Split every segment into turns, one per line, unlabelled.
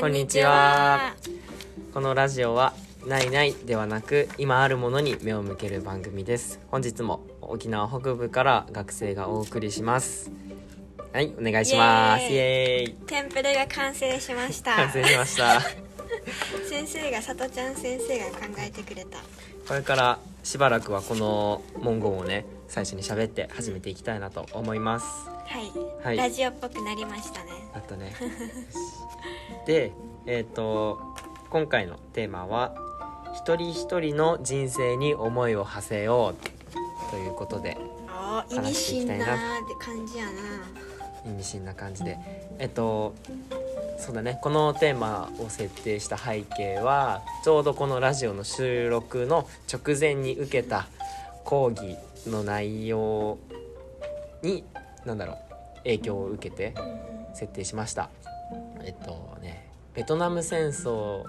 こんにちはこのラジオはないないではなく今あるものに目を向ける番組です本日も沖縄北部から学生がお送りしますはいお願いしますイ
イ
エーイ
テンプレが完成しました
完成しました
先生がさとちゃん先生が考えてくれた
これからしばらくはこの文言をね最初に喋って始めていきたいなと思います
はい、
はい
ラジオっぽくなりましたね
だった ねでえっ、と今回のテーマは「一人一人の人生に思いを馳せよう」ということで
あー意味
話していき
深な
た
いー
な
って感じやな
意味深な感じでえっとそうだねこのテーマを設定した背景はちょうどこのラジオの収録の直前に受けた講義の内容に何だろう影響を受けて設定しましたえっとねベトナム戦争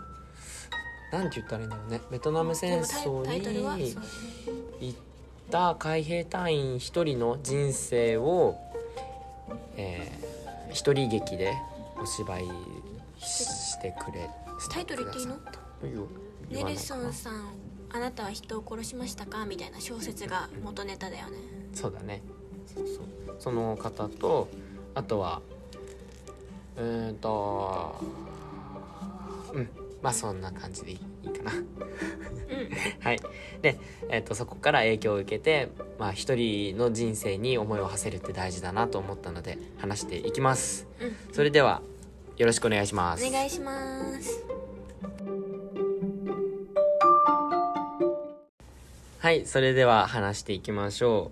なんて言ったらいいんだろうねベトナム戦争
でもタイタイトルはそう
に行った海兵隊員一人の人生を、えー一人劇でお芝居ししてくれ
タイトル言っていいの
いいよ
ネ
言わな
ル
いか
ソ
な
ンさんあなたは人を殺しましたかみたいな小説が元ネタだよね
そうだねそうそうその方とあとはうーんとうんまあそんな感じでいいいいかなはいで、えっとそこから影響を受けて、まあ、一人の人生に思いを馳せるって大事だなと思ったので話していきます
うんうん
それではよろしくお願いします
お願いします
はい、それでは話していきましょ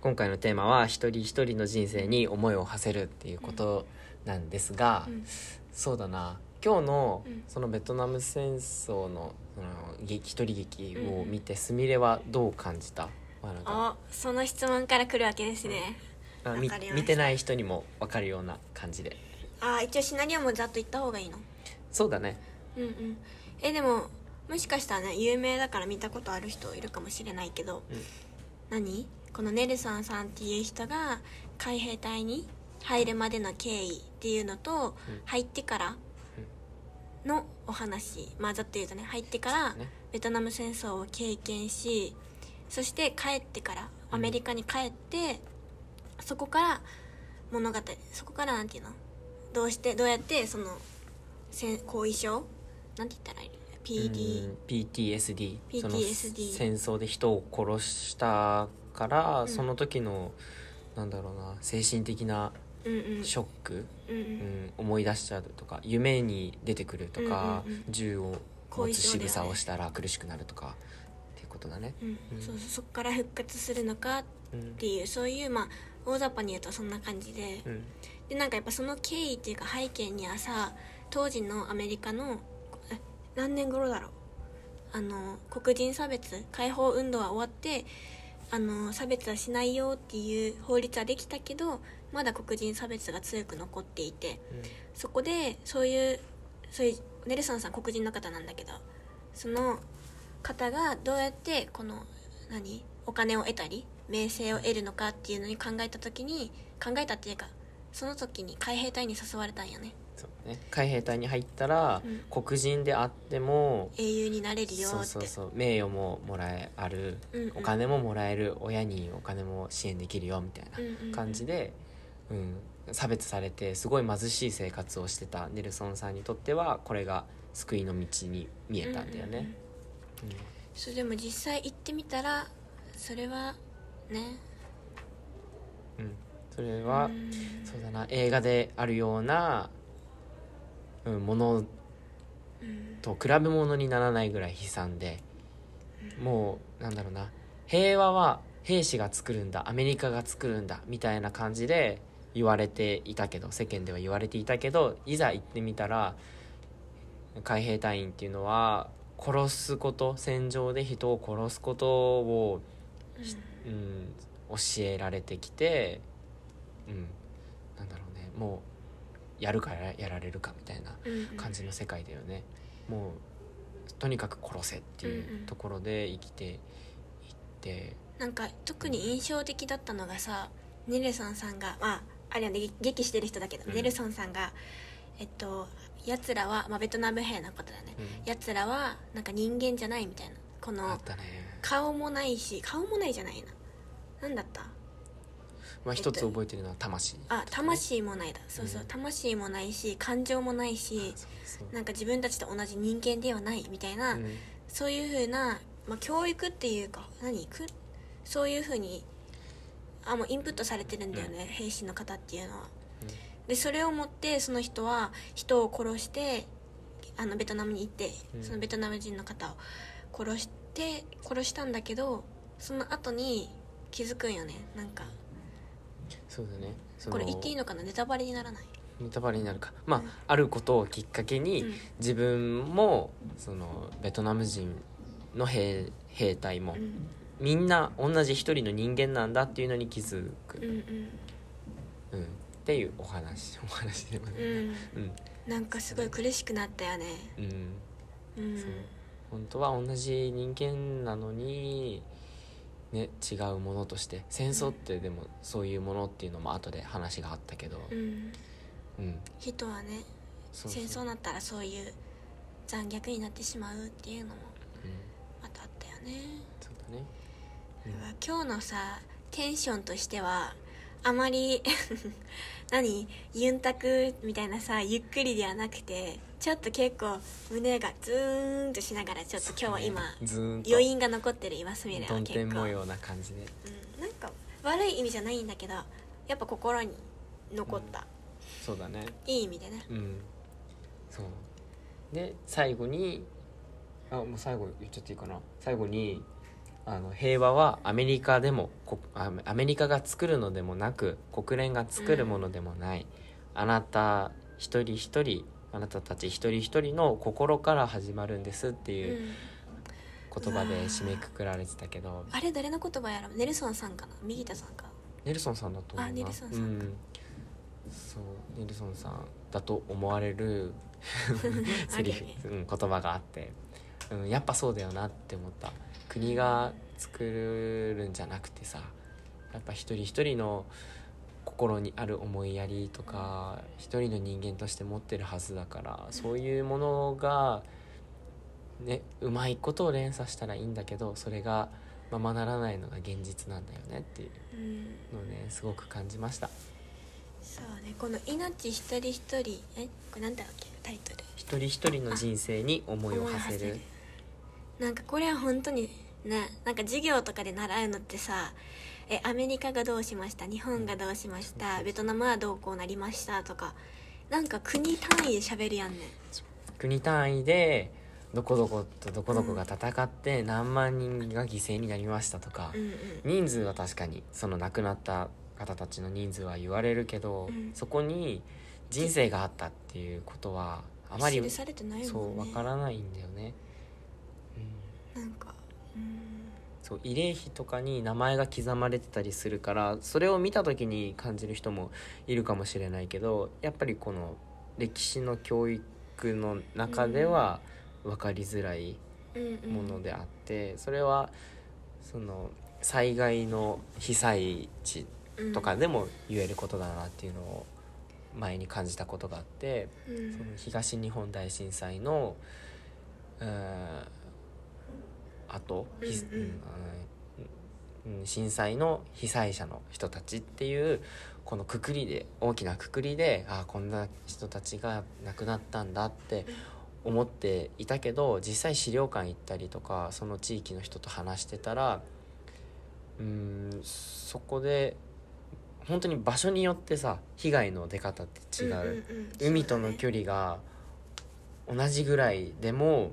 う。今回のテーマは一人一人の人生に思いを馳せるっていうことなんですが、
うん
そうだな。今日の
うん
そのベトナム戦争のその劇一人劇を見てすみれはどう感じた？まあなんか
おその質問から来るわけですね
あみ
わかりました
見てない人にもわかるような感じで。
あー一応シナリオもざっと言った方がいいの
そうだね。
うんうんえでももしかしたらね有名だから見たことある人いるかもしれないけど、
うん
何このネルソンさんっていう人が海兵隊に入るまでの経緯っていうのと、
うん
入ってからのお話まあざっと言うとね入ってから
ね
ベトナム戦争を経験しそして帰ってからアメリカに帰って、そこから物語そこからなんていうのどうしてどうやってその戦後遺症なんて言ったらいいの
う
PD
ん PTSD,
PTSD
その戦争で人を殺したから、
ん
その時のなんだろうな精神的な
うんうん
ショック、
うんう
うんん、思い出しちゃうとか夢に出てくるとか、
うんうんうん
銃を
後
持
遺
つ
症だ
仕
よね
草をしたら苦しくなるとかっていうことだね。
うん
うん
そうそうそこから復活するのかっ
うん
ていうそういうまあ大雑把に言うとそんな感じで
うん
でなんかやっぱその経緯っていうか背景にはさ当時のアメリカのえ何年頃だろうあの黒人差別解放運動は終わってあの差別はしないよっていう法律はできたけどまだ黒人差別が強く残っていてそこでそういうそういうネルソンさん黒人の方なんだけどその方がどうやってこの何お金を得たり名声を得るのかっていうのに考えた時に考えたっていうかその時に海兵隊に誘われたんよね
そうね、海兵隊に入ったら、
う
黒人であっても
英雄になれるよって
そうそうそう名誉ももらえある、
うんうん
お金ももらえる親にお金も支援できるよみたいな。
うんうんうん
感じで、うん、差別されてすごい貧しい生活をしてたネルソンさんにとってはこれが救いの道に見えたんだよ
うんうんう
ね
ん。そうでも実際行ってみたらそれはね
うんうんそれは、
うん
そうだな映画であるような、うん、もの
うん
と比べ物にならないぐらい悲惨でもうなんだろうな平和は兵士が作るんだアメリカが作るんだみたいな感じで言われていたけど世間では言われていたけどいざ行ってみたら海兵隊員っていうのは殺すこと戦場で人を殺すことを、うん、教えられてきて、うん、なんだろうねもうやるかやらやられるかみたいな
うんうん
感じの世界だよね、もうとにかく殺せっていうところで生きていって、
なんか特に印象的だったのがさネルソンさんがまああれはねげ劇してる人だけど、
うん
ネルソンさんがえっとやつらは、まあ、ベトナム兵のことだね
うん
やつらはなんか人間じゃないみたいなこ
あ
の
ったね
顔もないし顔もないじゃないな何だった
まあ一つ覚えてるのは魂
あ魂もないだそうそう
うん
魂もないし感情もないし
そうそう
なんか自分たちと同じ人間ではないみたいな、
うん
そういうふうな、まあ、教育っていうか何くそういうふうにあもうインプットされてるんだよね、兵士の方っていうのは。でそれを持ってその人は人を殺してあのベトナムに行って、
うん
そのベトナム人の方を殺して殺したんだけどその後に気づくんよねなんか
そうだねそ
これ言っていいのかなネタバレにならない、
ネタバレになるかまあ、あることをきっかけに、
うん
自分もそのベトナム人の兵兵隊も、
うん
みんな同じ一人の人間なんだっていうのに気づく、
うん
うんっていうお話お話でも
うんう
ね
ん
うん、
なんかすごい苦しくなったよね
うん、
うん
そう本当は同じ人間なのにね違うものとして戦争ってでもそういうものっていうのも後で話があったけど、
うん
うん、
人はね
そう
戦争
う
になったらそういう残虐になってしまうっていうのも
うん、
またあったよね
そうだねうん
今日のさテンションとしてはあまり 何ユンタクみたいなさゆっくりではなくてちょっと結構胸がズーンとしながらちょっと今日は今、
ずーんと
余韻が残ってる今すみれは
どん
結構、うん、
てん模
なん
様な感じで
か悪い意味じゃないんだけどやっぱ心に残った、
そうだね
いい意味でね
うんそうで最後にあもう最後言っちゃっていいかな最後にあの平和はアメリカでもこあアメリカが作るのでもなく国連が作るものでもない、あなた一人一人あなたたち一人一人の心から始まるんですって
う
いうん言葉で締めくくられてたけど、
あれ誰の言葉やろネルソンさんかな右田さんか
ネルソンさんだと思うな
あネルソンさん
うん、そうネルソンさんだと思われる セリフ
あ、
うん、言葉があって、うん、やっぱそうだよなって思った国が作るんじゃなくてさやっぱ一人一人の心にある思いやりとか一人の人間として持ってるはずだからそういうものがねうまいことを連鎖したらいいんだけどそれがままならないのが現実なんだよねっていう
うん
のをねすごく感じました
そうねこの「命一人一人」えこれなんだっけタイトル
一人一人の人生に思いを馳せる
なんかこれは本当にねなんか授業とかで習うのってさえアメリカがどうしました日本がどうしまし
そうそう
た
そう
ベトナムはどうこうなりましたとかなんか国単位で喋るやんねん
国単位でどこどことどこどこが戦って何万人が犠牲になりましたとか
うんうん
人数は確かにその亡くなった方たちの人数は言われるけど
うん
そこに人生があったっていうことはあまり
記されてない
そ
もん
う
ね
わからないんだよね。うん
なんかうん
そう慰霊碑とかに名前が刻まれてたりするからそれを見た時に感じる人もいるかもしれないけどやっぱりこの歴史の教育の中では分かりづらい
うんうん
ものであって、それはその災害の被災地
うん
とかでも言えることだなっていうのを前に感じたことがあって
うん
その東日本大震災のうんあと、ひ
うんうん
うんうん震災の被災者の人たちっていうこのくくりで大きなくくりでああこんな人たちが亡くなったんだって思っていたけど実際資料館行ったりとかその地域の人と話してたらうんそこで本当に場所によってさ被害の出方って違う。
うんうんうん
海との
そう
距離が同じぐらいでも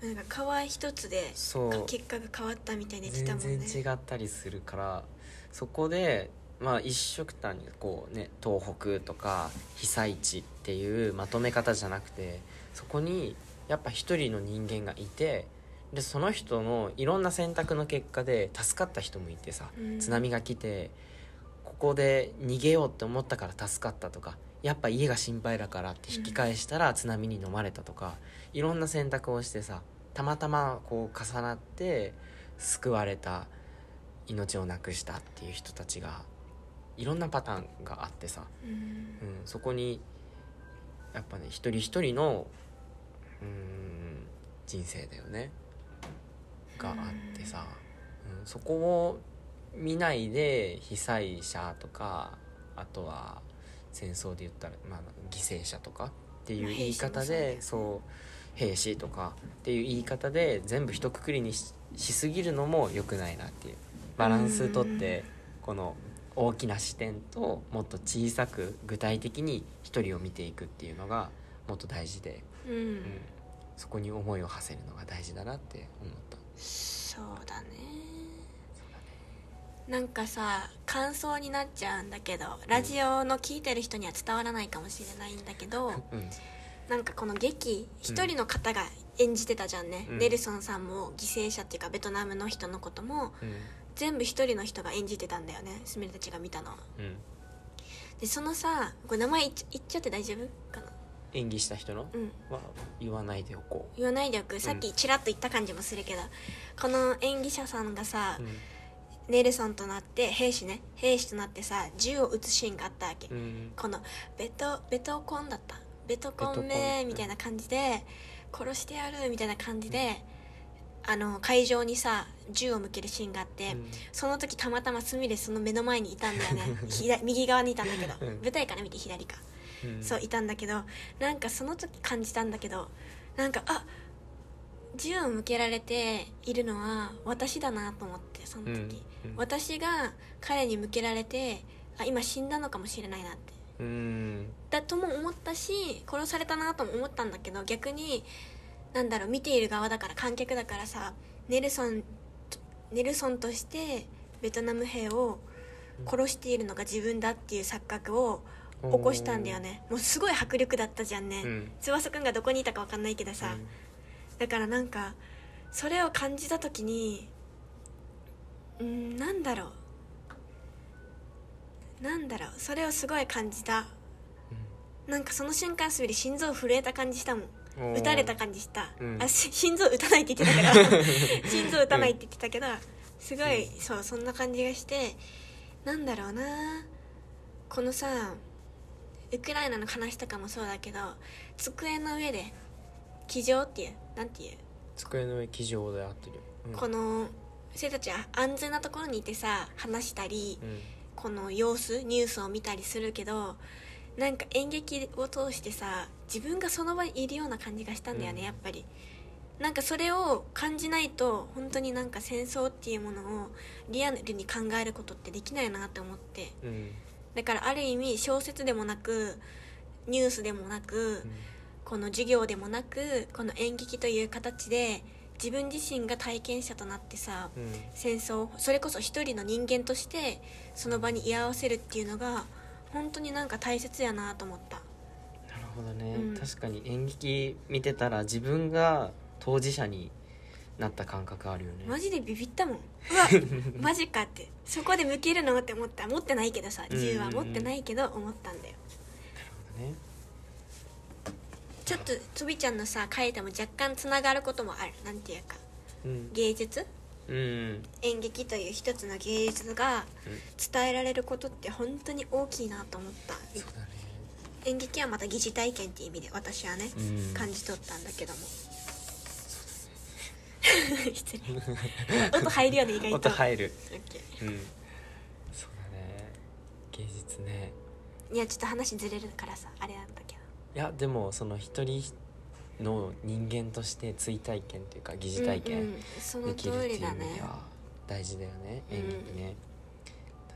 だねなんか川一つで
そう
結果が変わったみたいに言ってた
全
もんね
然違ったりするからそこでまあ一色単にこうね東北とか被災地っていうまとめ方じゃなくてそこにやっぱ一人の人間がいてでその人のいろんな選択の結果で助かった人もいてさ
うん
津波が来てここで逃げようって思ったから助かったとかやっぱ家が心配だからって引き返したら津波に飲まれたとか、いろんな選択をしてさたまたまこう重なって救われた命をなくしたっていう人たちがいろんなパターンがあってさ、
うん
うん、そこにやっぱね一人一人のうーん人生だよねがあってさ、うん、そこを見ないで被災者とかあとは戦争で言ったら、まあ、犠牲者とかっていう言い方
まあ
で、
兵士もそうだ
そう兵士とかっていう言い方で全部一括りにししすぎるのも良くないなっていうバランスとってこの大きな視点ともっと小さく具体的に一人を見ていくっていうのがもっと大事で、
うん、
うん、そこに思いを馳せるのが大事だなって思った。
そうだねなんかさ感想になっちゃうんだけどラジオの聞いてる人には伝わらないかもしれないんだけど
うん
なんかこの劇一人の方が演じてたじゃんね、
うん
ネルソンさんも犠牲者っていうかベトナムの人のことも
う
全部一人の人が演じてたんだよねすみれたちが見たのは
んうん、
でそのさこれ名前言っちゃ言っちゃって大丈夫かな
演技した人の
うん
は言わないでおこ
言わないでおくさっきちらっと言った感じもするけど、この演技者さんがさ、
う。
ネルソンとなって兵士ね兵士となってさ銃を撃つシーンがあったわけ、
うんうん
このベトベトコンだったベトコン
ベトコ
め
ン
みたいな感じで殺してやるみたいな感じで、あの会場にさ銃を向けるシーンがあって、
うん
その時たまたまスミレその目の前にいたんだよね 左右側にいたんだけど、
うん
舞台から見て左か、
うん
そういたんだけどなんかその時感じたんだけどなんかあ銃を向けられているのは私だなと思ってその時、
うんうん
私が彼に向けられてあ今死んだのかもしれないなって
うん
だとも思ったし殺されたなとも思ったんだけど逆になんだろう見ている側だから観客だからさネルソンとネルソンとしてベトナム兵を殺しているのが自分だっていう錯覚を起こしたんだよねもうすごい迫力だったじゃんね、
うん
翼くんがどこにいたか分かんないけどさ、
うん
だからなんかそれを感じた時にうんなんだろうなんだろうそれをすごい感じたなんかその瞬間すぐに心臓震えた感じしたもん
うん
打たれた感じした、
うん
あし心臓打たないって言ってたから 心臓打たないって言ってたけどすごい、そうそんな感じがしてなんだろうなこのさウクライナの話とかもそうだけど机の上で気丈っていうなんていう
机の上騎乗で合ってるようん
この生徒たちは安全なところにいてさ話したり、
うん
この様子ニュースを見たりするけどなんか演劇を通してさ自分がその場にいるような感じがしたんだよね、
うん
やっぱりなんかそれを感じないと本当になんか戦争っていうものをリアルに考えることってできないなって思って
うん
だからある意味小説でもなくニュースでもなく、
うん
この授業でもなくこの演劇という形で自分自身が体験者となってさ、
うん
戦争それこそ一人の人間としてその場に居合わせるっていうのが本当になんか大切やなと思った
なるほどね、
うん
確かに演劇見てたら自分が当事者になった感覚あるよね
マジでビビ ったもんうわマジかってそこで向けるのって思った持ってないけどさ銃は
うんうん
持
うん
ってないけど思ったんだよ
ね
ちょっとつびちゃんのさ書いても若干つながることもあるなんていうか
うん
芸術
うん
演劇という一つの芸術が
うん
伝えられることって本当に大きいなと思った
そうだね
演劇はまた疑似体験っていう意味で私はね、
うん
感じ取ったんだけども 失礼音入るよね意外と
音入る
オッケー
うんそうだね芸術ね
いやちょっと話ずれるからさあれなんだけど
いやでもその一人の人間として追体験というか疑似体
うんう
験
んその
できるっ
通
ていう意
りだ
味
ね
では大事だよね演劇ね、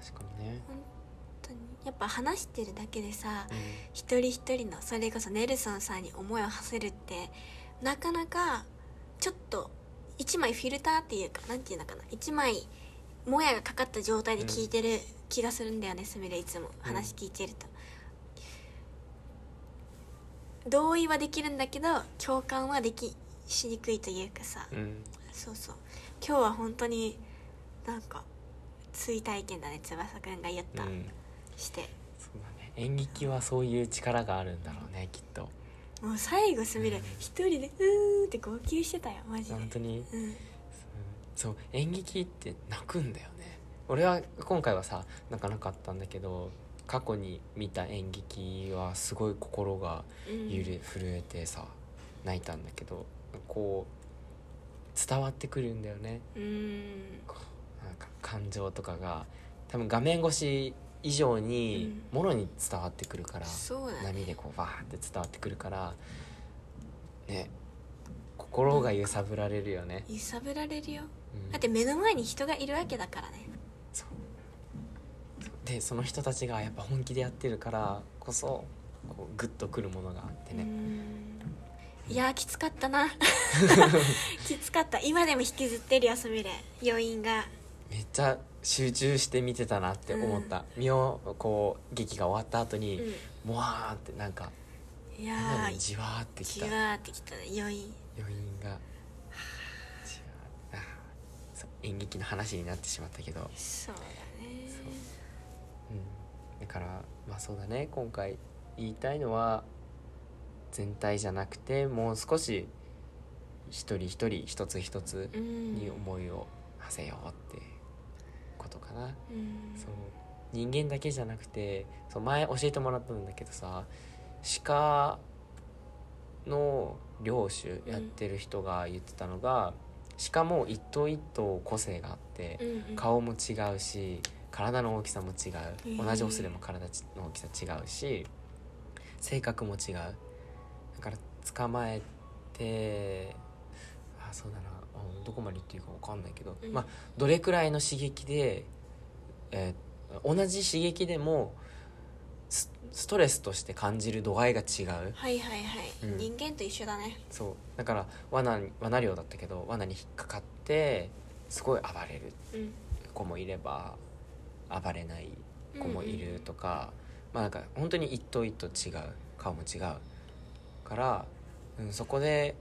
確かにね、
本当にやっぱ話してるだけでさ
うん
一人一人のそれこそネルソンさんに思いを馳せるってなかなかちょっと一枚フィルターっていうかなんていうのかな一枚もやがかかった状態で聞いてる気がするんだよねすみれいつも話聞いてると、同意はできるんだけど共感はできしにくいというかさ、
うん
そうそう今日は本当になんか追体験だね翼くんが言った、
うん
して
そうだね演劇はそういう力があるんだろうねきっと
もう最後すみれ
うん
一人でうーって号泣してたよマジで
本当に
うん
そう演劇って泣くんだよね俺は今回はさ泣かなかったんだけど過去に見た演劇はすごい心が
うん
揺れ震えてさ泣いたんだけどこう伝わってくるんだよね
うん
こうなんか感情とかが多分画面越し以上にもろに伝わってくるから、
そうだね
波でこうバーって伝わってくるからね心が揺さぶられるよね、
揺さぶられるよ
うん
だって目の前に人がいるわけだからね
そうでその人たちがやっぱ本気でやってるからこそこうグッとくるものがあって
う
ね、
んいやーきつかった なきつかった今でも引きずってるよすみれ余韻が
めっちゃ集中して見てたなって思った、身をこう劇が終わった後
う
に、
ん
もわーってなんか
いや
なんだろう
ー
じわーってき
じ
た
わーってきた余韻
余韻がじわーあーそう演劇の話になってしまったけど、
そうだね
うん、だからまあそうだね今回言いたいのは全体じゃなくてもう少し一人一人一つ一つ
うん
に思いを馳せようってことかな。
うん
そう人間だけじゃなくてそう前教えてもらったんだけどさ鹿の領主やってる人が言ってたのが、鹿も一頭一頭個性があって、
うんうん
顔も違うし体の大きさも違
へ
う
ー
同じオスでも体の大きさ違うし性格も違うだから捕まえてあそうだなあどこまで言っていいか分かんないけど、
うん
まあどれくらいの刺激で、えー同じ刺激でもスストレスとして感じる度合いが違う
はいはいはい、
うん
人間と一緒だね
そうだから罠に罠漁だったけど罠に引っかかってすごい暴れる
うん
子もいれば暴れない子もいるとか、まあなんか本当に一頭一頭違う顔も違うから、うん、そこで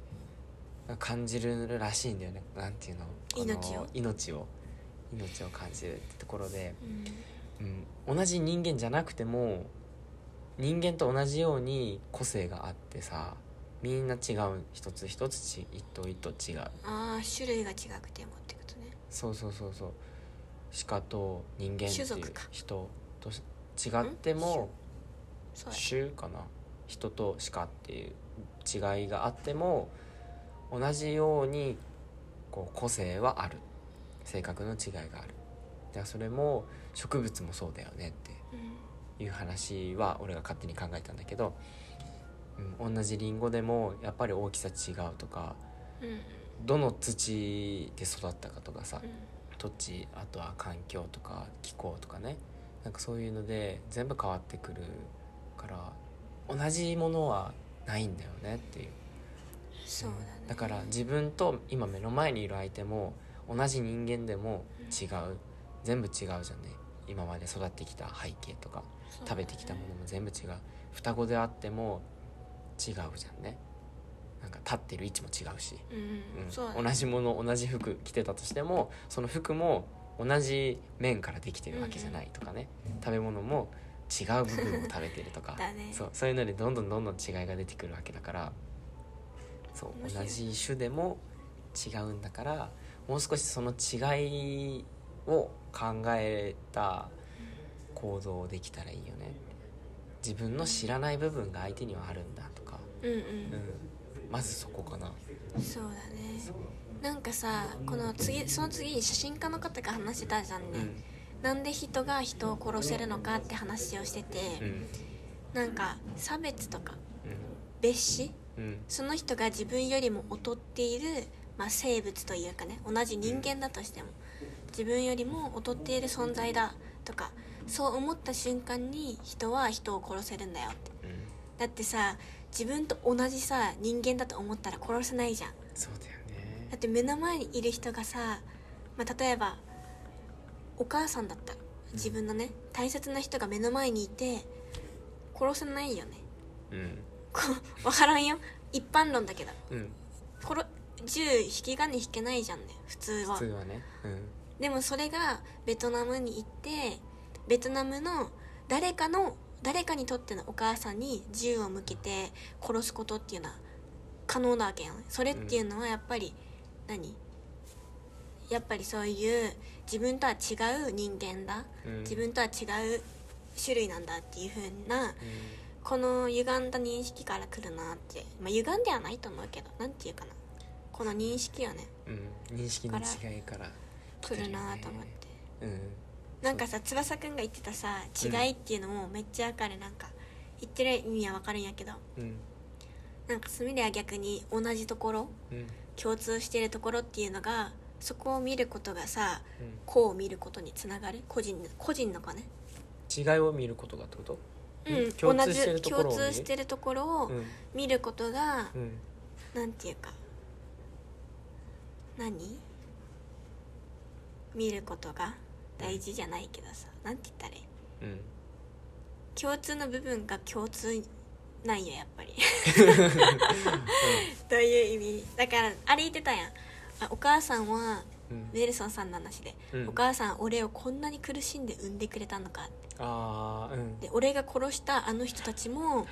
感じるらしいんだよねなんていうのこの
命を
命を命を感じるってところで、
うん
うん、同じ人間じゃなくても人間と同じように個性があってさみんな違う一つ一つち一頭一頭違う
ああ種類が違くてもってことね
そうそうそうそう鹿と人間ってい
種
う
族か
人とし違っても
そうだ
種かな人と鹿っていう違いがあっても同じようにこう個性はある性格の違いがあるだからそれも植物もそうだよねって
うん
いう話は俺が勝手に考えたんだけど、うん、同じリンゴでもやっぱり大きさ違うとか
うんうん
どの土で育ったかとかさ、
うん
土地あとは環境とか気候とかねなんかそういうので全部変わってくるから同じものはないんだよねっていう
そうだね
うんだから自分と今目の前にいる相手も同じ人間でも違う、全部違うじゃんね今まで育ってきた背景とか
そうだ
食
ね
べてきたものも全部違う双子であっても違うじゃんねなんか立ってる位置も違うし
うん
うん
そうだね
同じもの同じ服着てたとしてもその服も同じ面からできてるわけじゃないとかね、食べ物も違う部分を食べてるとか
だね
そうそういうのでどんどんどんどん違いが出てくるわけだからそ
面
う
白
同
い
じ種でも違うんだからもう少しその違いを考えた行動できたらいいよね自分の知らない部分が相手にはあるんだとか、
うん
うん、まずそこかな。
うんそうだねなんかさこの次その次に写真家の方が話してたじゃんね、なんで人が人を殺せるのかって話をしてて、
うん
なんか差別とか
うん
蔑視
うん
その人が自分よりも劣っている、まあ、生物というかね同じ人間だとしても自分よりも劣っている存在だとかそう思った瞬間に人は人を殺せるんだよって
うん
だってさ自分と同じさ人間だと思ったら殺せないじゃん
そうだよ
だっ
ね
て目の前にいる人がさ、まあ、例えばお母さんだったら自分のね大切な人が目の前にいて殺せないよね
うん
こう分からんよ一般論だけど
うん
これ銃引き金引けないじゃんね普通は
普通はねうん
でもそれがベトナムに行ってベトナムの誰かの誰かにとってのお母さんに銃を向けて殺すことっていうのは可能なわけやんそれっていうのはやっぱり、何やっぱりそういう自分とは違う人間だ
うん
自分とは違う種類なんだっていう風なこの歪んだ認識から来るなって、まあ、歪んではないと思うけどなんていうかなこの認識よね
うん、うん、認識の違いから
来るなと思って
うん
なんかさ翼くんが言ってたさ違いっていうのもめっちゃわかるなんか言ってる意味はわかるんやけど
うん
なんかスミレは逆に同じところ
うんうん
共通してるところっていうのがそこを見ることがさこう見ることにつながる個人の個人のかね、
違いを見ることがってこと
うん、
共通してるところ
同
を見
じ共通してるところを
うん
見ることが、
うん
なんていうか何見ることが大事じゃないけどさなんて言ったらいい
うん
共通の部分が共通なんよやっぱりどういう意味だからあれ言ってたやんあお母さんは
うん
ネルソンさんの話で、
うん
お母さん俺をこんなに苦しんで産んでくれたのかって
ああうん
で俺が殺したあの人たちも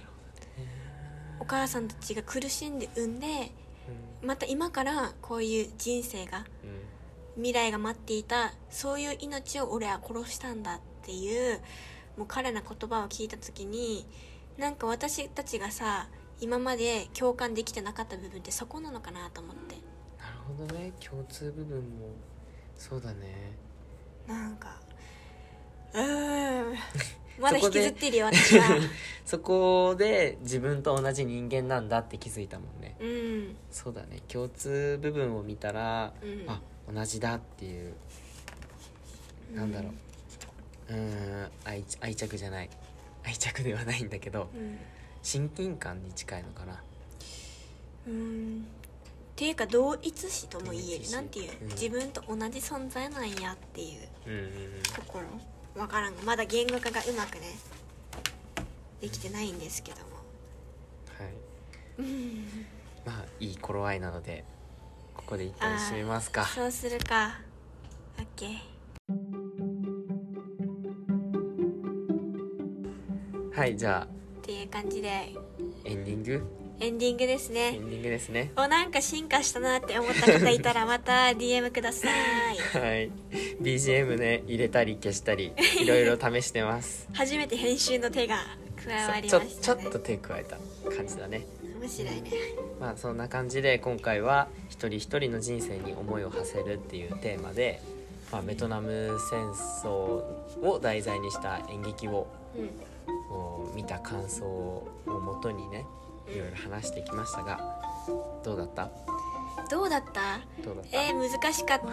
お母さんたちが苦しんで産んでまた今からこういう人生が
うん
未来が待っていたそういう命を俺は殺したんだっていうもう彼の言葉を聞いた時になんか私たちがさ今まで共感できてなかった部分ってそこなのかなと思って
なるほどね共通部分もそうだね
なんかう ーんまだ
そこ
引き
で
ずってるよ私は
そこで自分と同じ人間なんだって気づいたもんね
うん
そうだね共通部分を見たら、
うん
あ同じだっていうなんだろううーん愛愛着じゃない愛着ではないんだけど
うん
親近感に近いのかな
うんっていうか同一視とも言え
同一
る
視
なんていう、
うん
自分と同じ存在なんやっていう
うんうん
ところわからんがまだ言語化がうまくねできてないんですけども
はいまあいい頃合いなのでここで一旦締めますか
そうするか OK
はいじゃあ
っていう感じで
エンディング
エンディングです
エ
ね
ンディングですね
おなんか進化したなって思った方いた らまた DM ください
はい BGM ね入れたり消したりいろいろ試して ます
初めて編集の手が加わりま
ちょ
し
ちょ
た
っ
ね
と手加えた感じだね
面白いね
まあそんな感じで今回は一人一人の人生に思いを馳せるっていうテーマで、まあ、ベトナム戦争を題材にした演劇を
うん
こう見た感想をもとにねいろいろ話してきましたがどうだった
どうだった
どうだった、
えー、難しかった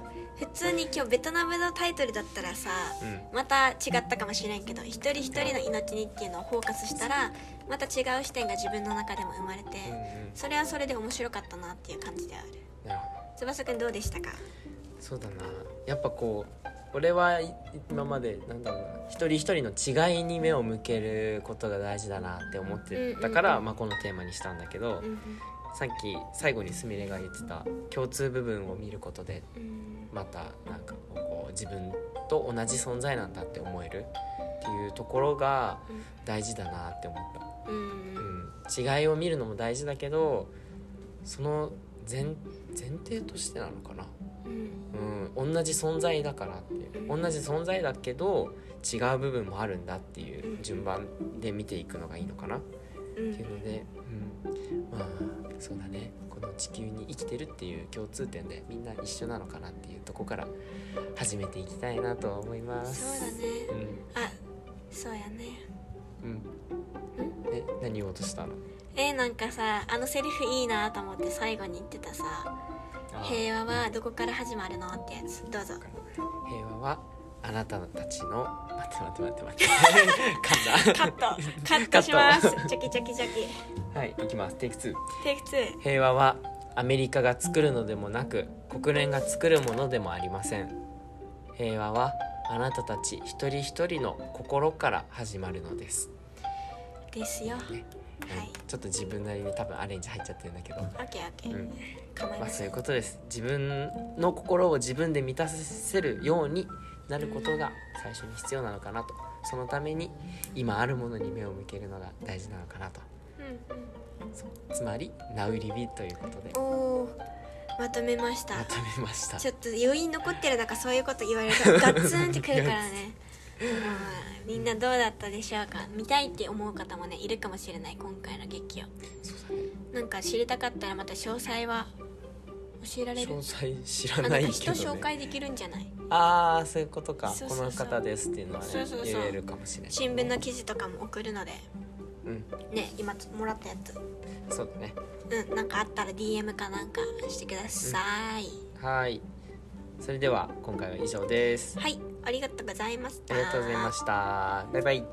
普通に今日ベトナムのタイトルだったらさまた違ったかもしれんけど一人一人の命にっていうのをフォーカスしたらまた違う視点が自分の中でも生まれて
うん、うんうん
それはそれで面白かったなっていう感じである
なるほど
翼くんどうでしたか
そうだなやっぱこう俺はい今までなんだろうな一人一人の違いに目を向けることが大事だなって思ってたか
うんうん
ら、
うん
まあ、このテーマにしたんだけど、
うん
さっき最後にすみれが言ってた共通部分を見ることで
うん
またなんかこう自分と同じ存在なんだって思えるっていうところが大事だなって思った。
うんうん
うん、違いを見るのも大事だけどその前前提としてなのかな、
うん
うん、同じ存在だからっていう
う
同
ん
じ存在だけど違う部分もあるんだっていう順番で見ていくのがいいのかなっ
うん
ていうので、うん、まあそうだねこの地球に生きてるっていう共通点でみんな一緒なのかなっていうとこから始めていきたいなと思い
そう
ま
だ
す。
ね
うん
あそうやね
うん、え何を落としたの
えー、なんかさあのセリフいいなと思って最後に言ってたさ「平和はどこから始まるの?」ってやつどうぞ
平和はあなたたちの待って待って待って 待って噛ん
カットカットしますチョキチョキチョキ
だはい行きますテイク2
テイク2
平和はアメリカが作るのでもなく国連が作るものでもありません平和はあなたたち一人一人の心から始まるのです、
ですよ。
ねうん
はい
ちょっと自分なりに多分アレンジ入っちゃってるんだけど
オッケーオッケ
う
ー
ん。
構いま
まあそう
せ。
いうんことです自分の心を自分で満たせるようになることが最初に必要なのかなとそのために今あるものに目を向けるのが大事なのかなと
うん
そうつまり「ナウリビ」ということで
うん。おお、まとめました
ま。とめました
ちょっと余韻残ってる中そういうこと言われるとガツンってくるからね。まあみんなどうだったでしょうか見たいって思う方もねいるかもしれない今回の劇を
そうだね
なんか知りたかったらまた詳細は教えられる
詳細知
あ
ら
の
ないけ
人
ど
紹
ね
介できるんじゃない
ああそういうことか
そう
こ
そうそう
の方ですっていうのはね
そうそうそう
言えるかもしれない
新聞の記事とかも送るので
うん
ね今もらったやつ
そうだね
うんなんかあったら DM かなんかしてください、
はいそれでは今回は以上です
はいありがとうございまし
ありがとうございましたバイバイ